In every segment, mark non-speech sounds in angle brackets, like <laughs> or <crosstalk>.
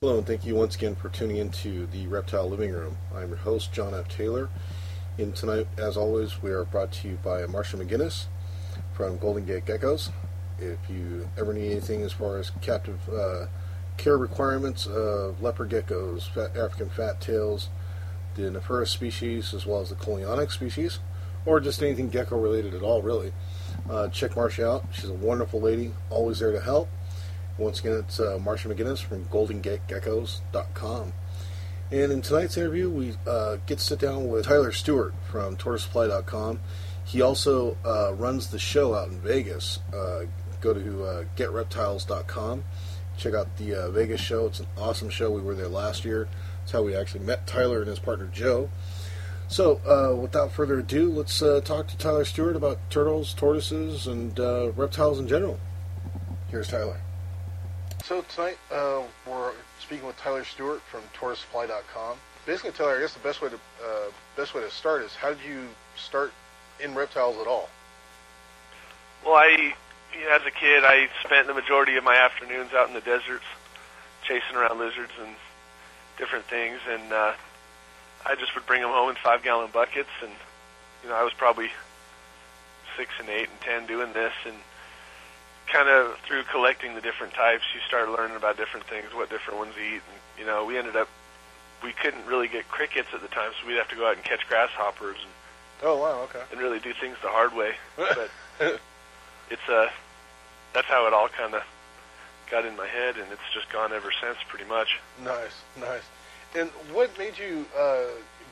Hello, and thank you once again for tuning into the Reptile Living Room. I'm your host, John F. Taylor, and tonight, as always, we are brought to you by Marsha McGinnis from Golden Gate Geckos. If you ever need anything as far as captive uh, care requirements of leopard geckos, fat, African fat tails, the Nephera species, as well as the Coleonyx species, or just anything gecko related at all, really, uh, check Marsha out. She's a wonderful lady, always there to help. Once again, it's uh, Marsha McGinnis from GoldenGateGeckos.com. And in tonight's interview, we uh, get to sit down with Tyler Stewart from TortoiseSupply.com. He also uh, runs the show out in Vegas. Uh, go to uh, GetReptiles.com. Check out the uh, Vegas show. It's an awesome show. We were there last year. That's how we actually met Tyler and his partner Joe. So, uh, without further ado, let's uh, talk to Tyler Stewart about turtles, tortoises, and uh, reptiles in general. Here's Tyler. So tonight uh, we're speaking with Tyler Stewart from TortoiseSupply.com. Basically, Tyler, I guess the best way to uh, best way to start is how did you start in reptiles at all? Well, I, as a kid, I spent the majority of my afternoons out in the deserts, chasing around lizards and different things, and uh, I just would bring them home in five-gallon buckets, and you know, I was probably six and eight and ten doing this, and kind of through collecting the different types, you start learning about different things, what different ones eat, and you know, we ended up, we couldn't really get crickets at the time, so we'd have to go out and catch grasshoppers and Oh wow, <laughs> okay. and really do things the hard way. But it's uh that's how it all kind of got in my head, and it's just gone ever since, pretty much. Nice, nice. And what made you uh,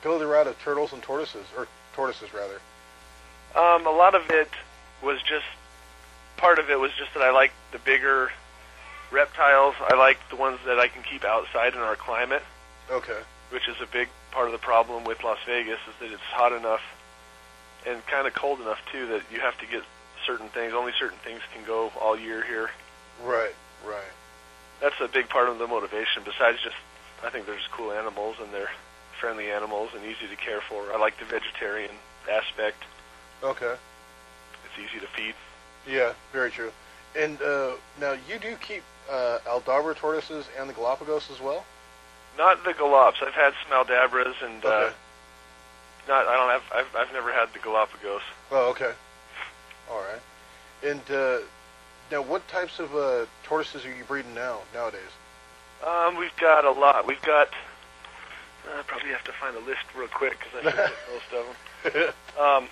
go the route of turtles and tortoises, or tortoises rather? Um, a lot of it was just part of it was just that I like the bigger reptiles. I like the ones that I can keep outside in our climate, Okay. which is a big part of the problem with Las Vegas is that it's hot enough and kind of cold enough too that you have to get certain things. Only certain things can go all year here. Right, right. that's a big part of the motivation. Besides just, I think they're just cool animals and they're friendly animals and easy to care for. I like the vegetarian aspect. Okay. It's easy to feed. Yeah, very true. And uh, now you do keep uh, Aldabra tortoises and the Galapagos as well. Not the galops. I've had some aldabras and uh, Okay. not. I don't have. I've, I've never had the Galapagos. Oh, okay. All right. And uh, now, what types of uh, tortoises are you breeding now <laughs> nowadays? Um, we've got a lot. We've got. I probably have to find a list real quick because I forget most of them. Mm-hmm. Um,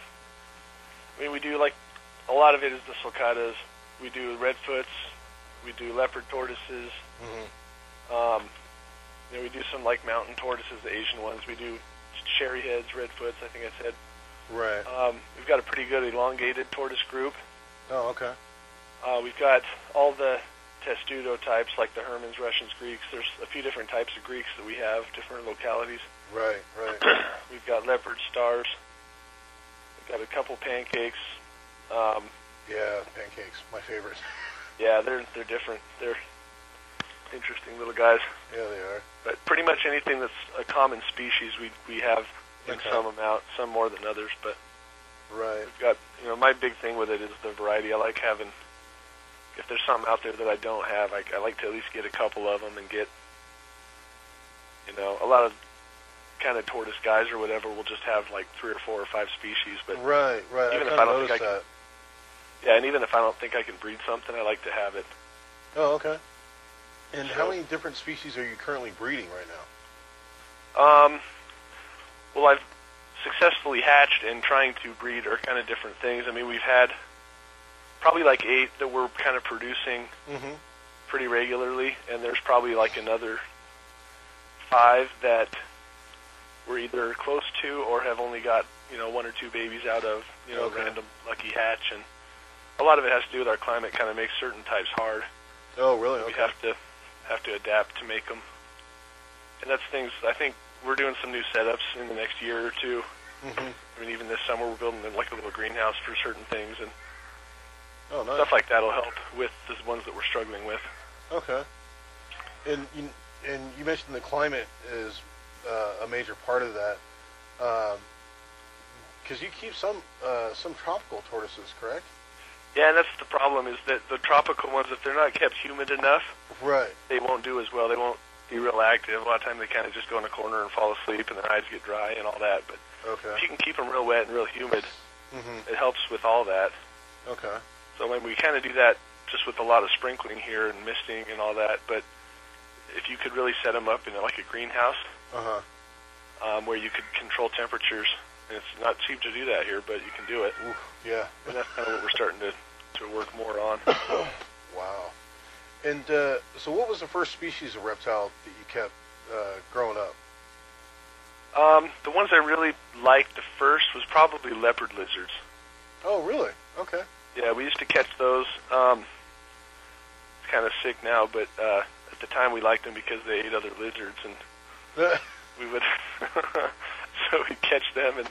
I mean, we do like a lot of it is the sulcatas. We do redfoots. We do leopard tortoises. mm-hmm. Um, you know, we do some like mountain tortoises, the Asian ones. We do cherry heads, redfoots. I think I said. Right. Um, we've got a pretty good elongated tortoise group. Oh, okay. Uh, we've got all the testudo types, like the Hermans, Russians, Greeks. There's a few different types of Greeks that we have, different localities. Right. <coughs> Right. We've got leopard stars. We've got a couple pancakes. Um, yeah, pancakes, my favorite. yeah, they're they're different. They're interesting little guys. Yeah, they are. but pretty much anything that's a common species we we have in Okay. some amount, some more than others. But Right. we've got you know my big thing with it is the variety. I like having if there's something out there that I don't have, I, I like to at least get a couple of them and get you know a lot of kind of tortoise guys or whatever will just have like three or four or five species. But Right. Right. Even if I I kind don't of think noticed I that. yeah, and even if I don't think I can breed something, I like to have it. Oh, okay. And how So- many different species are you currently breeding right now? Um, well, I've successfully hatched and trying to breed are kind of different things. I mean, we've had probably like eight that we're kind of producing Mm-hmm. pretty regularly, and there's probably like another five that we're either close to or have only got you know one or two babies out of you know Okay. random lucky hatch, and a lot of it has to do with our climate. Kind of makes certain types hard. Oh, really? We Okay. have to have to adapt to make them, and that's things. I think we're doing some new setups in the next year or two. Mm-hmm. I mean, even this summer we're building like a little greenhouse for certain things, and Oh, nice. stuff like that'll help with the ones that we're struggling with. Okay. And you, and you mentioned the climate is uh, a major part of that, because you keep some uh, some tropical tortoises, correct? Yeah, and that's the problem is that the tropical ones, if they're not kept humid enough, Right. they won't do as well. They won't be real active. A lot of time they kind of just go in a corner and fall asleep, and their eyes get dry and all that. But Okay. if you can keep them real wet and real humid, Mm-hmm. it helps with all that. Okay. So when we kind of do that just with a lot of sprinkling here and misting and all that, but if you could really set them up in like a greenhouse Uh huh. um, where you could control temperatures, and it's not cheap to do that here, but you can do it. Yeah. And that's kind of what we're starting to, to work more on. Wow. And uh, so, what was the first species of reptile that you kept uh, growing up? Um, the ones I really liked the first was probably leopard lizards. Oh, really? Okay. Yeah, we used to catch those. Um, it's kind of sick now, but uh, at the time we liked them because they ate other lizards, <laughs> and we would <laughs> so we'd catch them. And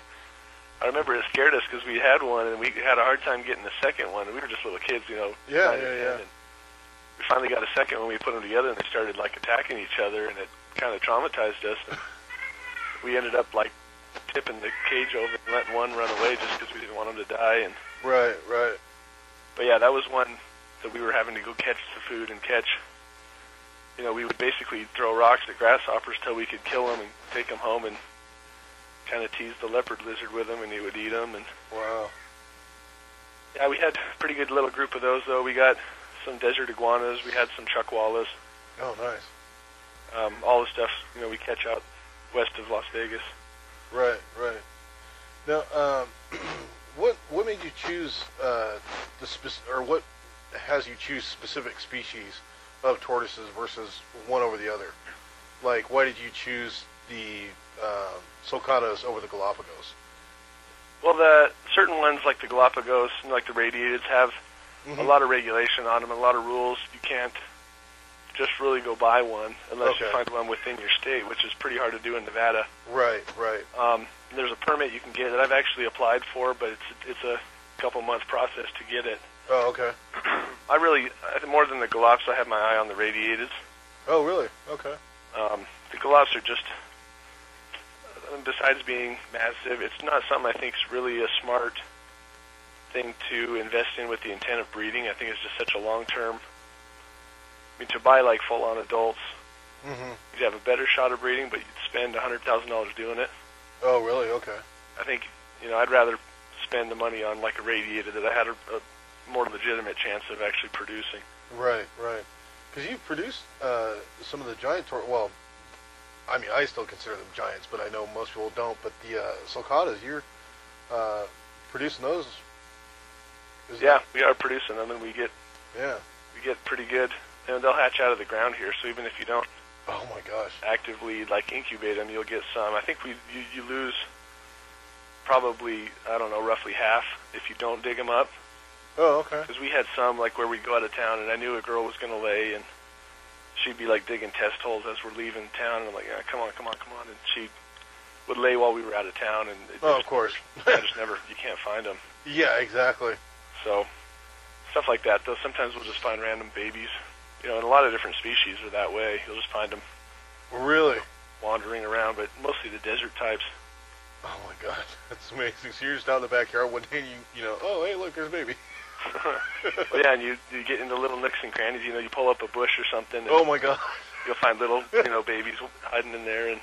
I remember it scared us because we had one, and we had a hard time getting the second one. We were just little kids, you know. Yeah, nine or yeah, 10, yeah. And we finally got a second one. We put them together, and they started like attacking each other, and it kind of traumatized us. And we ended up like tipping the cage over and letting one run away just because we didn't want them to die, and right. Right. but yeah, that was one that we were having to go catch the food and catch. You know, we would basically throw rocks at grasshoppers till we could kill them and take them home and kind of tease the leopard lizard with them, and he would eat them. And Wow. yeah, we had a pretty good little group of those though. We got some desert iguanas, we had some chuckwallas, Oh, nice. um, all the stuff you know we catch out west of Las Vegas. Right. Right. Now, um, <clears throat> what what made you choose uh, the spec- or what has you choose specific species of tortoises versus one over the other? Like, why did you choose the um, sulcatas over the Galapagos? Well, the certain ones like the Galapagos and like the radiateds have a lot of regulation on them, a lot of rules. You can't just really go buy one unless you Okay. find one within your state, which is pretty hard to do in Nevada. Right. Right. Um, there's a permit you can get that I've actually applied for, but it's it's a couple month process to get it. Oh, okay. I really I think more than the Galops, I have my eye on the radiateds. Oh, really? Okay. Um, the Galops are just besides being massive, it's not something I think is really a smart thing to invest in with the intent of breeding. I think it's just such a long term. I mean, to buy like full on adults, Mm-hmm. you'd have a better shot of breeding, but you'd spend a hundred thousand dollars doing it. Oh, really? Okay. I think you know I'd rather spend the money on like a radiator that I had a, a more legitimate chance of actually producing. Right, right. Because you produced uh, some of the giant tor Well, I mean, I still consider them giants, but I know most people don't. But the uh, sulcatas, you're uh, producing those. Is Yeah, we are producing them, and we get that- yeah. we get pretty good. And they'll hatch out of the ground here, so even if you don't Oh my gosh. actively like incubate them, you'll get some. I think we you, you lose probably I don't know roughly half if you don't dig them up Oh, okay. because we had some like where we go out of town and I knew a girl was gonna lay and she'd be like digging test holes as we're leaving town and I'm like yeah, come on come on come on and she would lay while we were out of town and it Oh, of just, course. <laughs> I just never you can't find them yeah, exactly. so stuff like that though sometimes we'll just find random babies you know and a lot of different species are that way you'll just find them Really. wandering around but mostly the desert types <laughs> Oh my God, <laughs> that's amazing. So you're just out in the backyard one day, and you you know, oh hey, look, there's a baby. <laughs> Well, yeah, and you you get into little nooks and crannies. You know, you pull up a bush or something, and oh my God. you'll find little you know babies hiding in there, and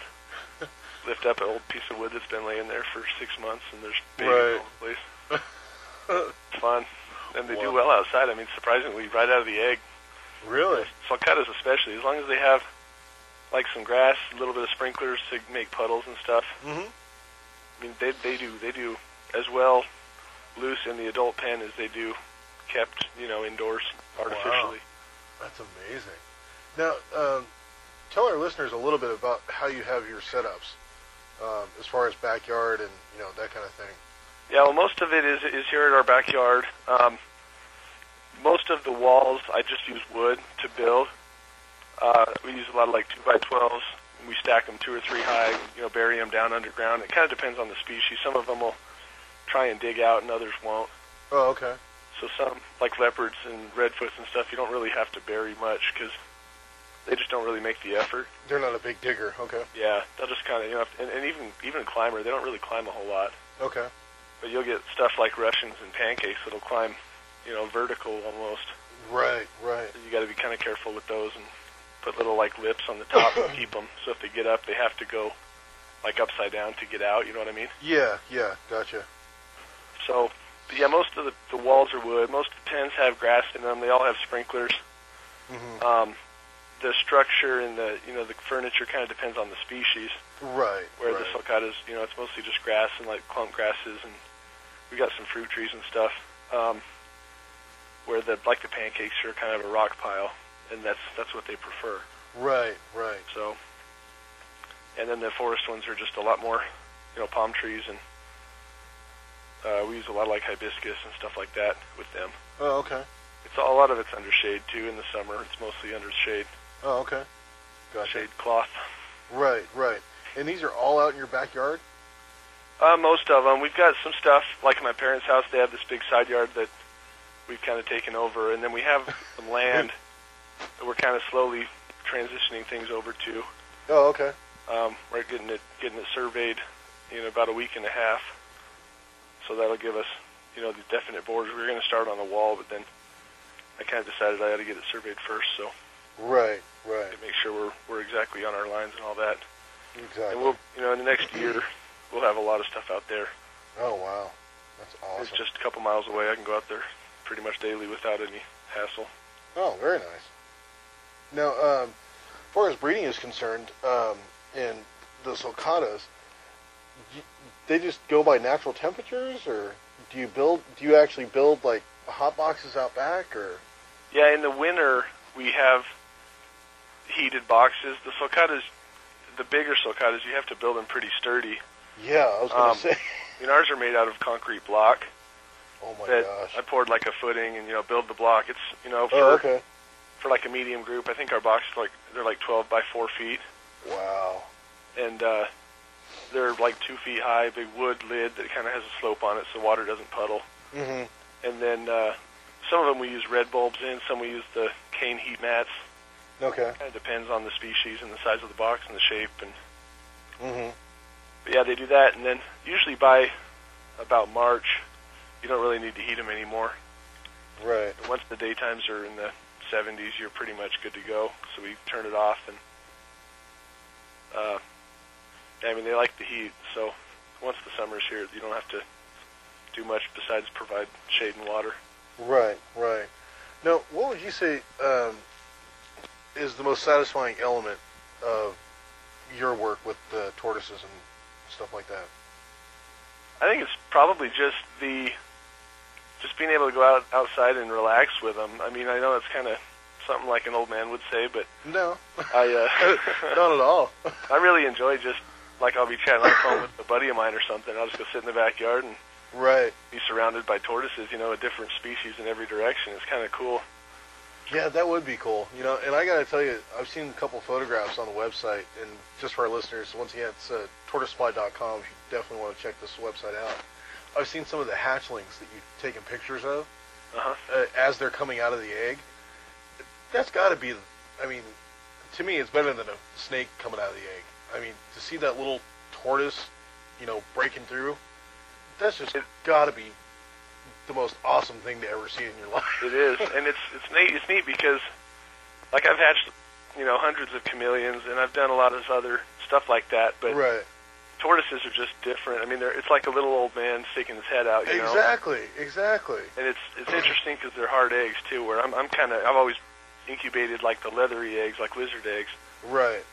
lift up an old piece of wood that's been laying there for six months, and there's babies Right. all over <laughs> the place. it's fun, and they do Wow. well outside. I mean, surprisingly, right out of the egg. Really? Sulcatas especially, as long as they have like some grass, a little bit of sprinklers to make puddles and stuff. Mm-hmm. I mean, they they do they do as well loose in the adult pen as they do kept you know indoors artificially. That's amazing. Now, um, tell our listeners a little bit about how you have your setups, um, as far as backyard and you know that kind of thing. Yeah, well, most of it is is here in our backyard. Um, most of the walls, I just use wood to build. Uh, we use a lot of like two by twelves. and We stack them two or three high. You know, bury them down underground. It kind of depends on the species. Some of them will try and dig out, and others won't. Oh, okay. So some, like leopards and redfoots and stuff, you don't really have to bury much because they just don't really make the effort. They're not a big digger. Okay. Yeah, they'll just kind of you know, and, and even even climber, they don't really climb a whole lot. Okay. But you'll get stuff like Russians and pancakes that'll climb, you know, vertical almost. Right. Right. You got to be kind of careful with those and put little like lips on the top to keep them. So if they get up, they have to go like upside down to get out. You know what I mean? Yeah, yeah, gotcha. So, but yeah, most of the, the walls are wood. Most of the tents have grass in them. They all have sprinklers. hmm Um, the structure and the you know the furniture kind of depends on the species. Right. Where right. the sulcatas, you know, it's mostly just grass and like clump grasses, and we got some fruit trees and stuff. Um, where the like the pancakes are kind of a rock pile, and that's that's what they prefer. Right, right. So, and then the forest ones are just a lot more, you know, palm trees and uh, we use a lot of like hibiscus and stuff like that with them. Oh, okay. It's a lot of it's under shade too in the summer. It's mostly under shade, Oh, okay. Gotcha. shade cloth. Right, right. And these are all out in your backyard? Uh, most of them. We've got some stuff like at my parents' house. They have this big side yard that we've kind of taken over, and then we have some land that we're kind of slowly transitioning things over to. Oh, okay. Um, we're getting it getting it surveyed in about a week and a half. So that'll give us, you know, the definite borders. We were going to start on the wall, but then I kind of decided I had to get it surveyed first, so Right, right. to make sure we're we're exactly on our lines and all that. Exactly. And we'll, you know, in the next year, we'll have a lot of stuff out there. oh, wow. That's awesome. It's just a couple miles away. I can go out there pretty much daily without any hassle. Oh, very nice. Now, um, as far as breeding is concerned, um, and the sulcatas, y- they just go by natural temperatures, or do you build? Do you actually build like hot boxes out back, or Yeah, in the winter we have heated boxes. The sulcatas, the bigger sulcatas, you have to build them pretty sturdy. yeah? I was gonna Um, say. I mean, ours are made out of concrete block <laughs> Oh my that gosh. I poured like a footing and you know build the block. It's you know for oh, okay. for like a medium group. I think our boxes like they're like 12 by 4 feet Wow. and uh, they're like two feet high. Big wood lid that kind of has a slope on it so water doesn't puddle. hmm And then uh, some of them we use red bulbs in. Some we use the cane heat mats. Okay. Kind of depends on the species and the size of the box and the shape and hmm But yeah, they do that, and then usually by about March, you don't really need to heat them anymore. Right. Once the daytimes are in the 70s, you're pretty much good to go. So we turn it off, and uh, yeah, I mean they like the heat. So once the summer's here, you don't have to do much besides provide shade and water. Right. Right. Now, what would you say um, is the most satisfying element of your work with the tortoises and stuff like that? I think it's probably just the just being able to go out outside and relax with them. I mean, I know it's kind of something like an old man would say, but <laughs> No, I uh, <laughs> not at all. I really enjoy just like I'll be chatting on the phone with a buddy of mine or something. I'll just go sit in the backyard and Right. be surrounded by tortoises, you know, a different species in every direction. It's kind of cool. Yeah, that would be cool. You know, and I gotta tell you, I've seen a couple photographs on the website, and just for our listeners, once again, it's uh, tortoisefly.com. You definitely want to check this website out. I've seen some of the hatchlings that you've taken pictures of Uh-huh. uh, as they're coming out of the egg. That's gotta be, I mean, to me, it's better than a snake coming out of the egg. I mean, to see that little tortoise, you know, breaking through, that's just It- gotta be the most awesome thing to ever see in your <laughs> life. It is, and it's it's neat. It's neat because like I've hatched, you know, hundreds of chameleons, and I've done a lot of other stuff like that. But right. tortoises are just different. I mean, they're it's like a little old man sticking his head out, you know. Exactly, exactly. And it's it's interesting because they're hard eggs too. Where I'm I'm kind of I've always incubated like the leathery eggs, like lizard eggs. Right.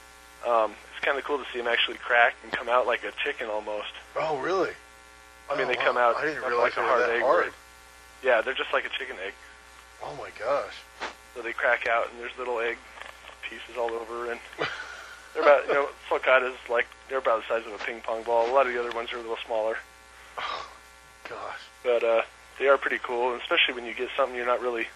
um, it's kind of cool to see them actually crack and come out like a chicken almost. Oh, really? I mean, Oh, they wow. come out I didn't like realize a they were hard that egg. hard. Yeah, they're just like a chicken egg. Oh my gosh. So they crack out and there's little egg pieces all over, and they're about you know sulcatas like they're about the size of a ping pong ball. A lot of the other ones are a little smaller, Gosh. but uh, they are pretty cool, and especially when you get something you're not really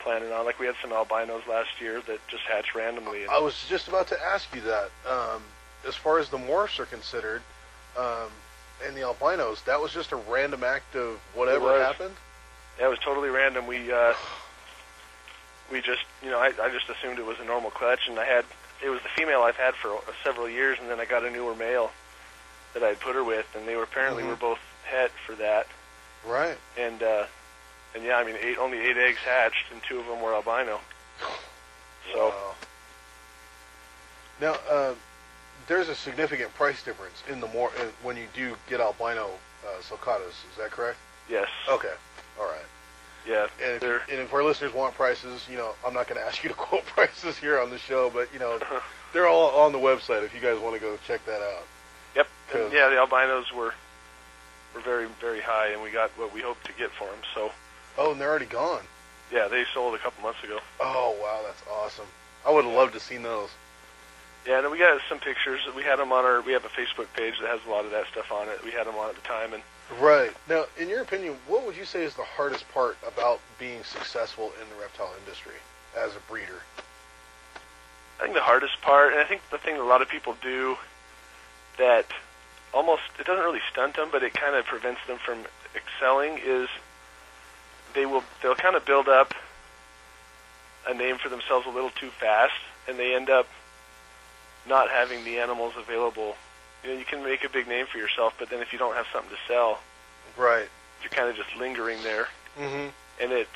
planning on. Like we had some albinos last year that just hatched randomly. And, I was just about to ask you that. Um, as far as the morphs are considered, um, and the albinos, that was just a random act of whatever was. happened. Yeah, it was totally random. We uh, we just you know I, I just assumed it was a normal clutch, and I had it was the female I've had for uh, several years, and then I got a newer male that I had put her with, and they were apparently Mhm. were both het for that, Right. and uh, and yeah, I mean eight only eight eggs hatched, and two of them were albino. So Wow. Now, uh, there's a significant price difference in the more uh, when you do get albino uh, sulcatas. Is that correct? Yes. Okay. All right. Yeah. And if, They're, and if our listeners want prices, you know, I'm not going to ask you to <laughs> quote prices here on the show, but you <laughs> know, they're all on the website if you guys want to go check that out. yep. Cool. And yeah, the albinos were were very very high, and we got what we hoped to get for them. So Oh, and they're already gone. yeah, they sold a couple months ago. Oh, wow, that's awesome. I would have loved to seen those. Yeah, and we got some pictures. We had them on our. We have a Facebook page that has a lot of that stuff on it. We had them on at the time, and Right. Now, in your opinion, what would you say is the hardest part about being successful in the reptile industry as a breeder? I think the hardest part, and I think the thing a lot of people do that almost it doesn't really stunt them, but it kind of prevents them from excelling is they will they'll kind of build up a name for themselves a little too fast, and they end up not having the animals available. You know, you can make a big name for yourself, but then if you don't have something to sell, Right. you're kind of just lingering there. Mm-hmm. and it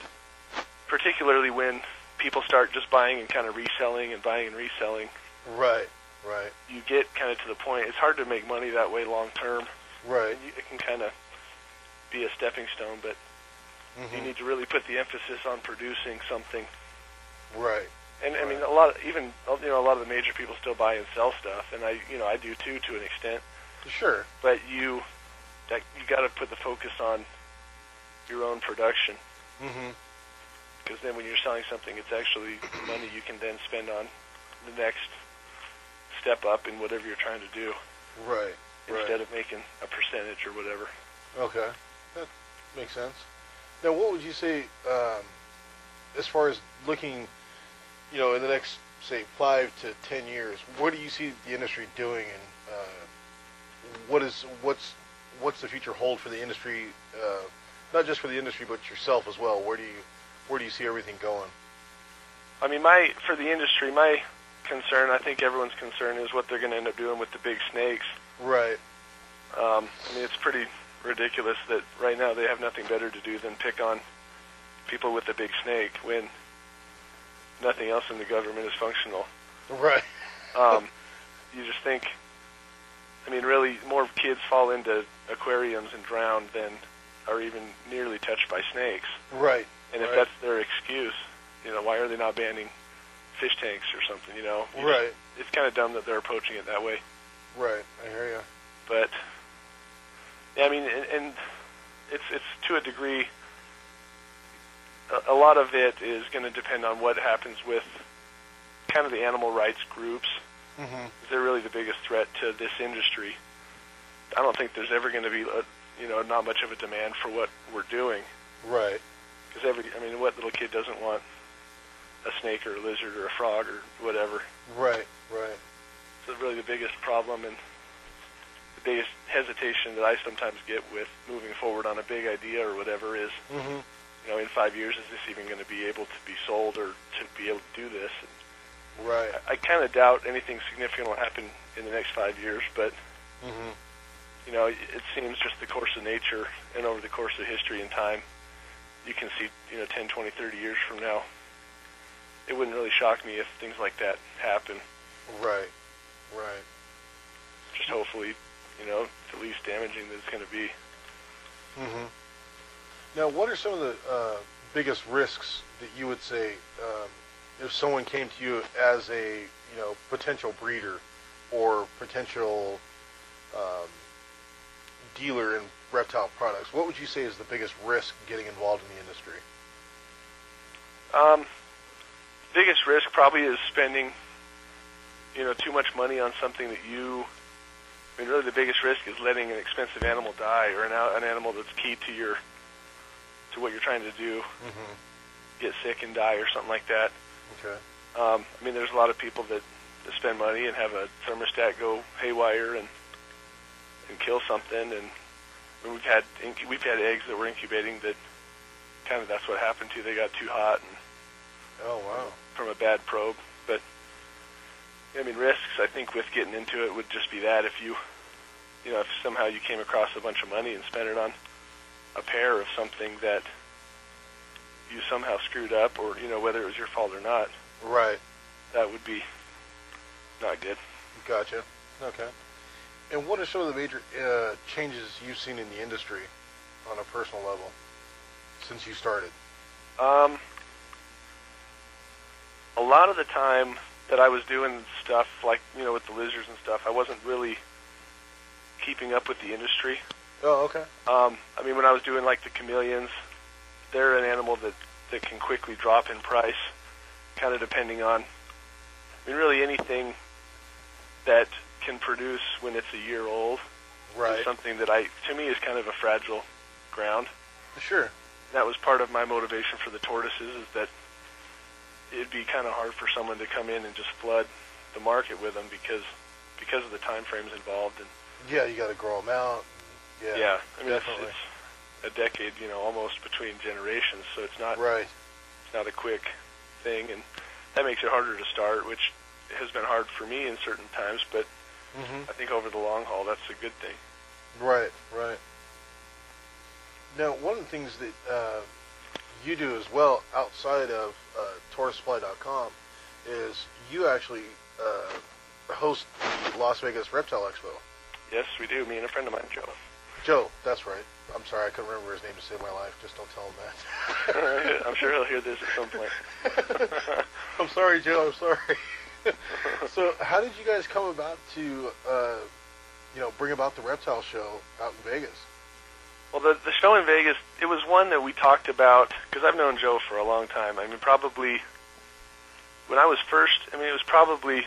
particularly when people start just buying and kind of reselling and buying and reselling Right. Right. you get kind of to the point it's hard to make money that way long term Right. and you, it can kind of be a stepping stone but you Mm-hmm. need to really put the emphasis on producing something Right. and i mean a lot of even you know a lot of the major people still buy and sell stuff and i you know i do too to an extent Sure. but you that you got to put the focus on your own production Mm-hmm. because then when you're selling something, it's actually money you can then spend on the next step up in whatever you're trying to do Right. Right. instead of making a percentage or whatever. Okay, that makes sense. Now, what would you say um, as far as looking, you know, in the next say five to ten years? What do you see the industry doing, and uh, what is what's what's the future hold for the industry? Uh, not just for the industry, but yourself as well. Where do you where do you see everything going? I mean, my for the industry, my concern, I think everyone's concern is what they're going to end up doing with the big snakes. Right. Um, I mean, it's pretty ridiculous that right now they have nothing better to do than pick on people with the big snake when nothing else in the government is functional. Right. um, <laughs> you just think, I mean, really, more kids fall into aquariums and drown than are even nearly touched by snakes. Right. And if Right. that's their excuse, you know, why are they not banning fish tanks or something? You know, You <laughs> Right. just- it's kind of dumb that they're approaching it that way. Right. I hear you. But yeah, I mean, and, and it's it's to a degree. A, a lot of it is going to depend on what happens with kind of the animal rights groups Mm-hmm. they're really the biggest threat to this industry. I don't think there's ever going to be, a, you know, not much of a demand for what we're doing Right. because every, I mean, what little kid doesn't want a snake or a lizard or a frog or whatever? Right. Right. So really, the biggest problem and the biggest hesitation that I sometimes get with moving forward on a big idea or whatever is, Mm-hmm. you know, in five years, is this even going to be able to be sold or to be able to do this? Right. I, I kind of doubt anything significant will happen in the next five years, but Mm-hmm. you know, it seems just the course of nature and over the course of history and time, you can see, you know, 10, 20, 30 years from now, it wouldn't really shock me if things like that happen. Right. Right. Just hopefully, you know, the least damaging that it's going to be. hmm Mm-hmm. Now, what are some of the uh, biggest risks that you would say um, if someone came to you as a you know potential breeder or potential um, dealer in reptile products? What would you say is the biggest risk getting involved in the industry? Um, biggest risk probably is spending, you know, too much money on something that you. I mean, really, the biggest risk is letting an expensive animal die, or an, an animal that's key to your, to what you're trying to do, Mm-hmm. get sick and die, or something like that. Okay. Um, I mean, there's a lot of people that, that spend money and have a thermostat go haywire and and kill something. And I mean, we've had inc- we've had eggs that were incubating that kind of that's what happened to. They got too hot and Oh wow. from a bad probe. But I mean, risks I think with getting into it would just be that if you you know if somehow you came across a bunch of money and spent it on a pair of something that you somehow screwed up or you know whether it was your fault or not Right. that would be Not good. Gotcha. Okay. And what are some of the major uh, changes you've seen in the industry on a personal level since you started? Um, a lot of the time that I was doing stuff like you know with the lizards and stuff, I wasn't really keeping up with the industry. Oh, okay. Um, I mean, when I was doing like the chameleons, they're an animal that that can quickly drop in price, kind of depending on. I mean, really anything that can produce when it's a year old is Right. something that I to me is kind of a fragile ground. Sure. That was part of my motivation for the tortoises is that it'd be kind of hard for someone to come in and just flood the market with them because because of the time frames involved and Yeah, you got to grow them out. Yeah. yeah, I mean it's, definitely. it's a decade, you know, almost between generations, so it's not Right. it's not a quick thing and that makes it harder to start, which has been hard for me in certain times, but hmm I think over the long haul that's a good thing. Right, right. Now, one of the things that uh, you do as well outside of uh, toursupply.com is you actually uh, host the Las Vegas Reptile Expo. Yes, we do. Me and a friend of mine, Joe. <laughs> Joe, that's right. I'm sorry, I couldn't remember his name to save my life. Just don't tell him <laughs> that. I'm sure he'll hear this at some point. <laughs> I'm sorry, Joe. I'm sorry. <laughs> so, how did you guys come about to, uh, you know, bring about the reptile show out in Vegas? Well, the the show in Vegas, it was one that we talked about because I've known Joe for a long time. I mean, probably when I was first. I mean, it was probably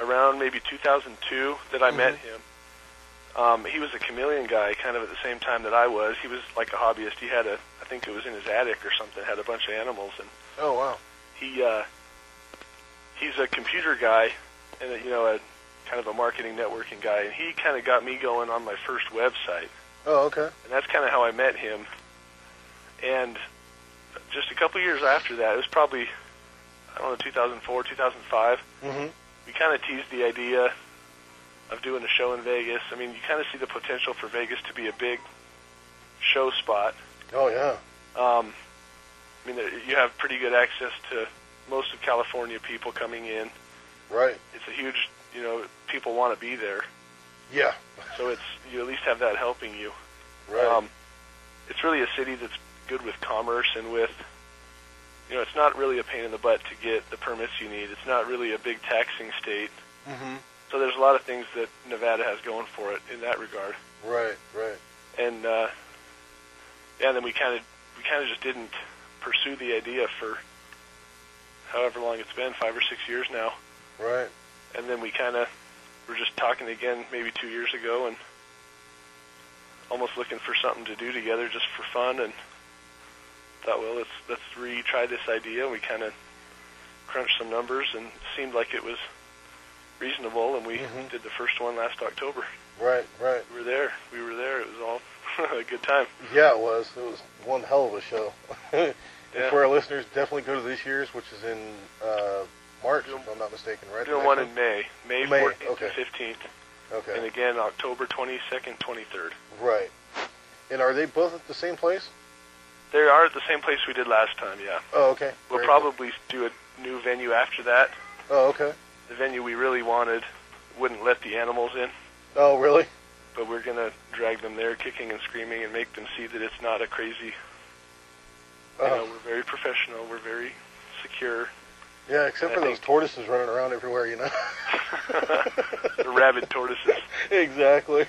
around maybe 2002 that I met Mhm. him. Um, he was a chameleon guy, kind of at the same time that I was. He was like a hobbyist. He had a, I think it was in his attic or something, had a bunch of animals, and Oh, wow. he uh, he's a computer guy and a, you know a kind of a marketing networking guy, and he kind of got me going on my first website Oh, okay. and that's kind of how I met him. And just a couple years after that, it was probably I don't know 2004, 2005. Mm-hmm. We kind of teased the idea of doing a show in Vegas. I mean, you kind of see the potential for Vegas to be a big show spot. Oh yeah. Um, I mean, there- you have pretty good access to most of California people coming in. Right. It's a huge, you know, people want to be there, Yeah. so it's you at least have that helping you. Right. Um, it's really a city that's good with commerce and with, you know, it's not really a pain in the butt to get the permits you need. It's not really a big taxing state. mm-hmm. So there's a lot of things that Nevada has going for it in that regard. Right. Right. And uh, yeah, and then we kind of we kind of just didn't pursue the idea for however long it's been, five or six years now. Right. And then we kind of were just talking again maybe two years ago and almost looking for something to do together just for fun and thought, well, let's let's retry this idea. We kind of crunched some numbers and it seemed like it was reasonable. And we Mhm. did the first one last October. Right. Right. We were there. We were there. It was all <laughs> a good time. Yeah, it was. It was one hell of a show. <laughs> And Yeah. For our listeners, definitely go to this year's, which is in uh, March, if I'm not mistaken. Right. We're doing Next one in May, May May, 14th okay. to 15th, and Okay. again October 22nd, 23rd. Right. And are they both at the same place? They are at the same place we did last time. Yeah. Oh, okay. We'll Very probably do a new venue after that. cool. Oh, okay. The venue we really wanted wouldn't let the animals in, Oh, really? but we're gonna drag them there, kicking and screaming, and make them see that it's not a crazy. You know, Oh. we're very professional. We're very secure. Yeah, except I for those think- tortoises running around everywhere, you know. <laughs> The rabid tortoises. exactly.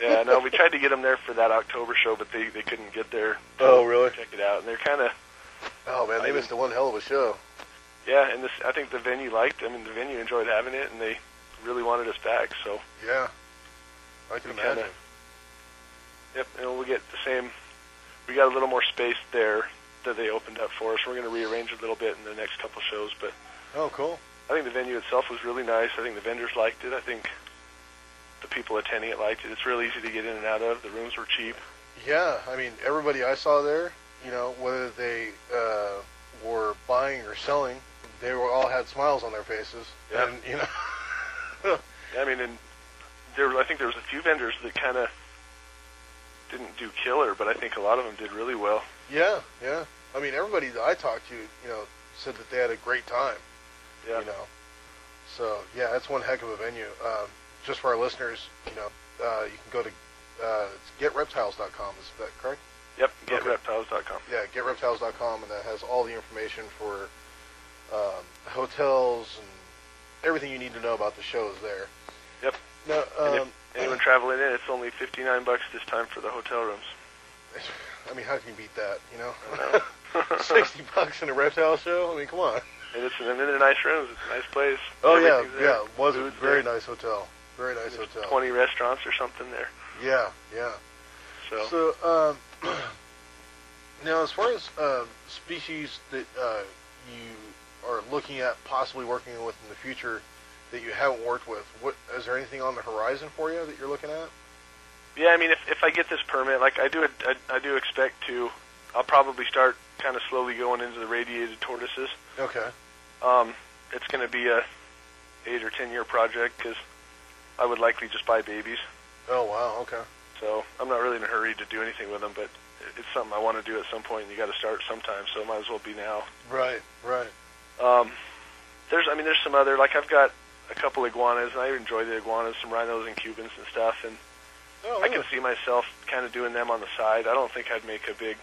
Yeah, no, we tried to get them there for that October show, but they they couldn't get there. to Oh, really? Check it out, and they're kind of Oh man, I they missed the one hell of a show. yeah. And this, I think the venue liked. I mean, the venue enjoyed having it, and they really wanted us back. So Yeah. I can We kinda- imagine. Yep, and we'll get the same. We got a little more space there that they opened up for us. We're going to rearrange a little bit in the next couple shows, but Oh, cool. I think the venue itself was really nice. I think the vendors liked it. I think the people attending it liked it. It's real easy to get in and out of. The rooms were cheap. Yeah, I mean, everybody I saw there, you know, whether they uh, were buying or selling, they were all had smiles on their faces. Yeah. And, you know, I mean, and there I think there was a few vendors that kind of didn't do killer, but I think a lot of them did really well. <laughs> yeah, yeah. I mean, everybody that I talked to, you know, said that they had a great time, Yeah. you know. So yeah, that's one heck of a venue. Um, just for our listeners, you know, uh, you can go to uh, it's getreptiles.com. Is that correct? Yep, Okay. getreptiles.com. Yeah, getreptiles.com, and that has all the information for um, hotels and everything you need to know about the shows there. Yep. Now, And um, Anyone traveling in, it's only 59 bucks this time for the hotel rooms. um, <laughs> I mean, how can you beat that? You I know, know. <laughs> <laughs> sixty bucks in a reptile show. I mean, come on. and it's and they're nice rooms. It's a nice place. Oh yeah, Everything's yeah. there. It was a Food's very there. nice hotel. Very nice There's hotel. 20 restaurants or something there. Yeah, yeah. So, So, um, <clears throat> now as far as um, species that uh, you are looking at possibly working with in the future that you haven't worked with, what is there anything on the horizon for you that you're looking at? yeah, I mean, if if I get this permit, like I do, I, I do expect to, I'll probably start kind of slowly going into the radiated tortoises. Okay. Um, it's going to be a eight or ten year project because I would likely just buy babies. Oh wow. Okay. So I'm not really in a hurry to do anything with them, but it- it's something I want to do at some point. And you got to start sometime, so it might as well be now. Right. Right. Um, there's, I mean, there's some other like I've got a couple iguanas, and I enjoy the iguanas, some rhinos and Cubans and stuff, and Oh, I can see myself kind of doing them on the side. I don't think I'd make a big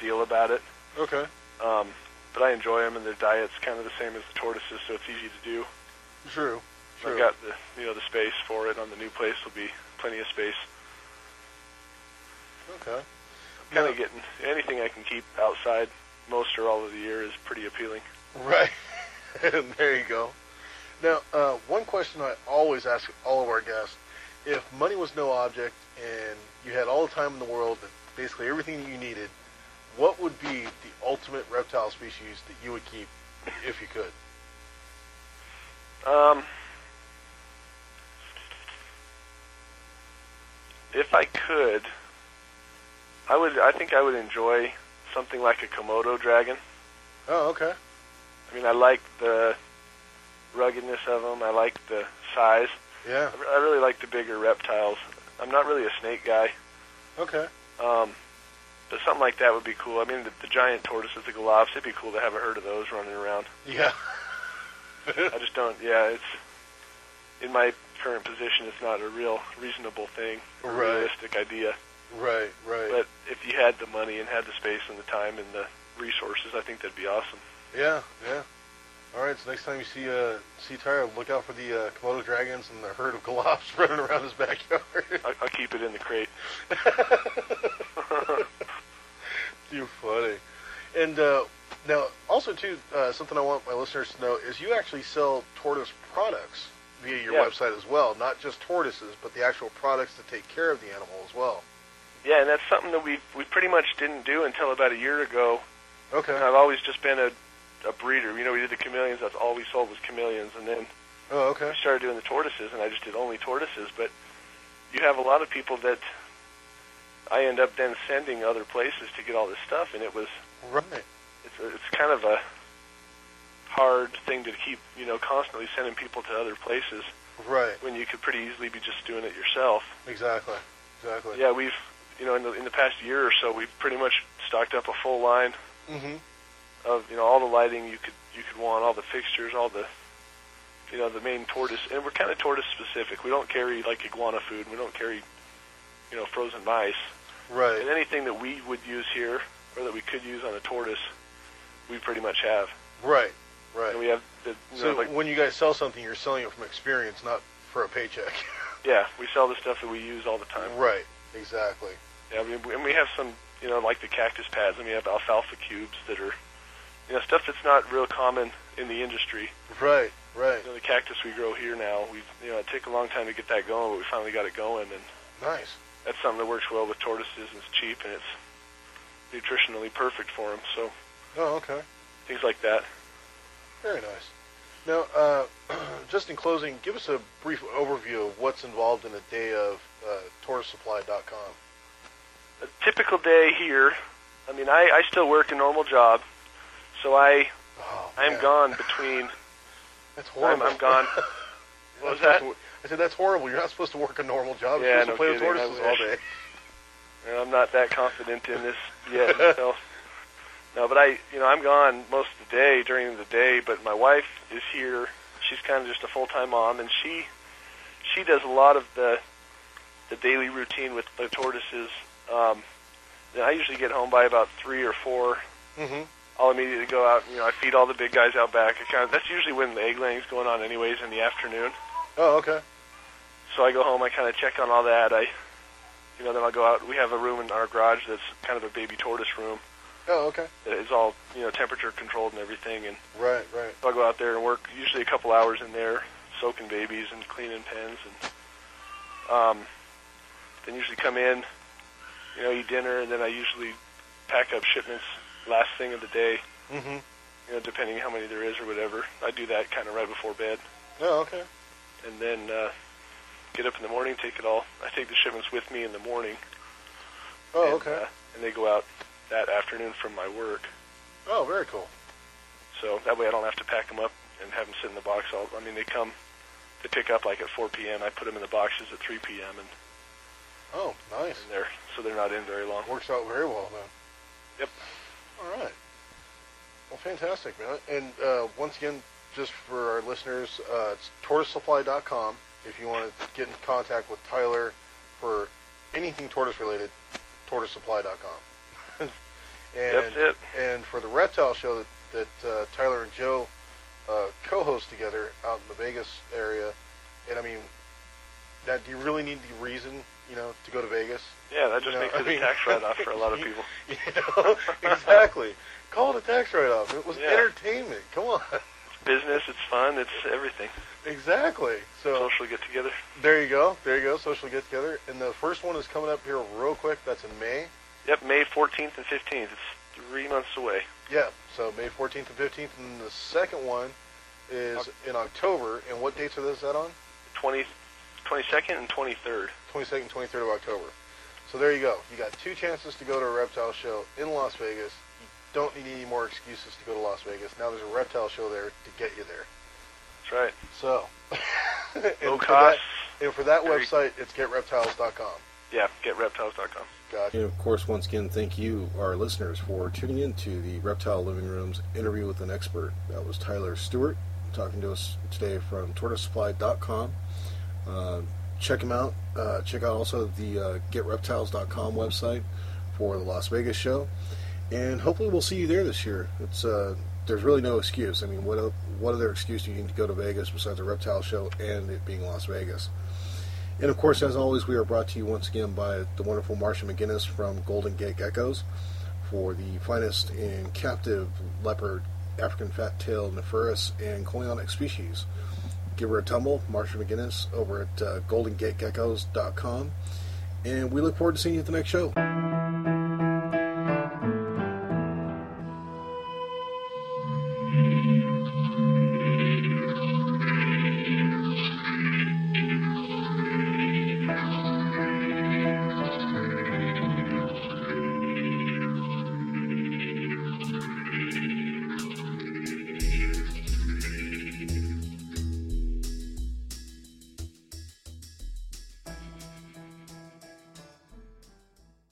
deal about it, okay. um, but I enjoy them, and their diet's kind of the same as the tortoises, so it's easy to do. True. True. I've got the you know the space for it on the new place will be plenty of space. Okay. Kind Yeah. of getting anything I can keep outside most or all of the year is pretty appealing. Right. <laughs> and there you go. Now, uh, one question I always ask all of our guests: If money was no object and you had all the time in the world and basically everything that you needed, what would be the ultimate reptile species that you would keep if you could? Um, if I could, I would. I think I would enjoy something like a Komodo dragon. Oh, okay. I mean, I like the ruggedness of them. I like the size. Yeah. I re- I really like the bigger reptiles. I'm not really a snake guy, Okay. um, but something like that would be cool. I mean, the, the giant tortoises, the galops, it'd be cool to have a herd of those running around. Yeah. I just don't. Yeah, it's in my current position, it's not a real reasonable thing, <laughs> a Right. realistic idea. right. Right. But if you had the money and had the space and the time and the resources, I think that'd be awesome. Yeah. Yeah. All right. So next time you see uh, see Tyra, look out for the uh, Komodo dragons and the herd of <laughs> galops running around his backyard. I'll, I'll keep it in the crate. You're funny. And uh, now, also too, uh, something I want my listeners to know is you actually sell tortoise products via your Yeah. website as well, not just tortoises, but the actual products that take care of the animal as well. Yeah, and that's something that we we pretty much didn't do until about a year ago. Okay. And I've always just been a a breeder. You know, we did the chameleons. That's all we sold was chameleons, and then Oh, okay. I started doing the tortoises, and I just did only tortoises. But you have a lot of people that I end up then sending other places to get all this stuff, and it was Right. it's a, it's kind of a hard thing to keep you know constantly sending people to other places Right. when you could pretty easily be just doing it yourself. Exactly. Exactly. Yeah, we've you know in the in the past year or so we've pretty much stocked up a full line Mm-hmm. of you know all the lighting you could you could want, all the fixtures, all the you know the main tortoise, and we're kind of tortoise specific. We don't carry like iguana food. We don't carry you know frozen mice. And Right. anything that we would use here or that we could use on a tortoise, we pretty much have. Right. And Right. we have the you So know, like when you guys sell something, you're selling it from experience, not for a paycheck. yeah, we sell the stuff that we use all the time. <laughs> right. Exactly. Yeah, I mean, and we have some, you know, like the cactus pads, and we have alfalfa cubes that are, you know, stuff that's not real common in the industry. Right. Right. You know, the cactus we grow here now, we, you know, it took a long time to get that going, but we finally got it going, and Nice. that's something that works well with tortoises, and it's cheap, and it's nutritionally perfect for them. So Oh, okay. things like that. Very nice. Now, uh, <clears throat> just in closing, give us a brief overview of what's involved in a day of uh, tortoisesupply.com. a typical day here. I mean, I, I still work a normal job, so I Oh, I'm man. gone between. That's I'm, horrible. <laughs> I'm gone. What was that? To, I said that's horrible. You're not supposed to work a normal job. You're Yeah, supposed to play no with kidding. I tortoises all day. <laughs> wish. And I'm not that confident in this yet. So. No, but I, you know, I'm gone most of the day during the day, but my wife is here She's kind of just a full time mom, and she she does a lot of the the daily routine with the tortoises. Um, and I usually get home by about three or four. Mm-hmm. I'll immediately go out. You know, I feed all the big guys out back. I kind of, that's usually when the egg laying's going on, anyways, in the afternoon. Oh, okay. So I go home. I kind of check on all that. I, you know, then I'll go out. We have a room in our garage that's kind of a baby tortoise room. Oh, okay. that is all you know temperature controlled and everything and Right, right. I'll go out there and work usually a couple hours in there soaking babies and cleaning pens and um, then usually come in you know eat dinner and then I usually pack up shipments last thing of the day Mm-hmm. you know depending how many there is or whatever I do that kind of right before bed Oh, okay. and then uh, get up in the morning take it all I take the shipments with me in the morning Oh, and, okay. uh, and they go out that afternoon from my work Oh, very cool. So that way I don't have to pack them up and have them sit in the box all. I mean, they come, they pick up like at 4 p.m. I put them in the boxes at 3 p.m. and, Oh, nice. and they're so they're not in very long. Works out very well then. Yep. All right. Well, fantastic, man. And uh, once again, just for our listeners, uh, it's tortoisesupply.com. If you want to get in contact with Tyler for anything tortoise related, tortoisesupply.com. <laughs> and That's it. and for the reptile show that, that uh, Tyler and Joe uh, co-host together out in the Vegas area, and I mean, that you really need the reason, you know, to go to Vegas. Yeah, that just No, makes I it mean- a tax write-off for a lot of <laughs> people. You know, exactly. Call it a tax write-off. It was Yeah. entertainment. Come on. <laughs> It's business, it's fun, it's everything. Exactly. So Social get-together. there you go. There you go. Social get together, and the first one is coming up here real quick. That's in May. Yep, May 14th and 15th. It's three months away. Yeah. So May 14th and 15th, and the second one is in October. And what dates are those that on? 20, 22nd and 23rd. 22nd, 23rd of October. So there you go. You got two chances to go to a reptile show in Las Vegas. You don't need any more excuses to go to Las Vegas. Now there's a reptile show there to get you there. That's right. So, <laughs> and Low for cost. that- and for that Very- website, it's getreptiles.com. Yeah, getreptiles.com. Gotcha. And of course, once again, thank you, our listeners, for tuning in to the Reptile Living Room's interview with an expert. That was Tyler Stewart talking to us today from tortoisesupply.com. Uh, check him out. Uh, check out also the uh, getreptiles.com website for the Las Vegas show. And hopefully, we'll see you there this year. It's uh, There's really no excuse. I mean, what, o- what other excuse do you need to go to Vegas besides a reptile show and it being Las Vegas? And of course, as always, we are brought to you once again by the wonderful Marsha McGinnis from Golden Gate Geckos for the finest in captive leopard, African fat-tailed nephurus, and coleonic species. Give her a tumble, Marsha McGinnis, over at uh, goldengategeckos.com. And we look forward to seeing you at the next show.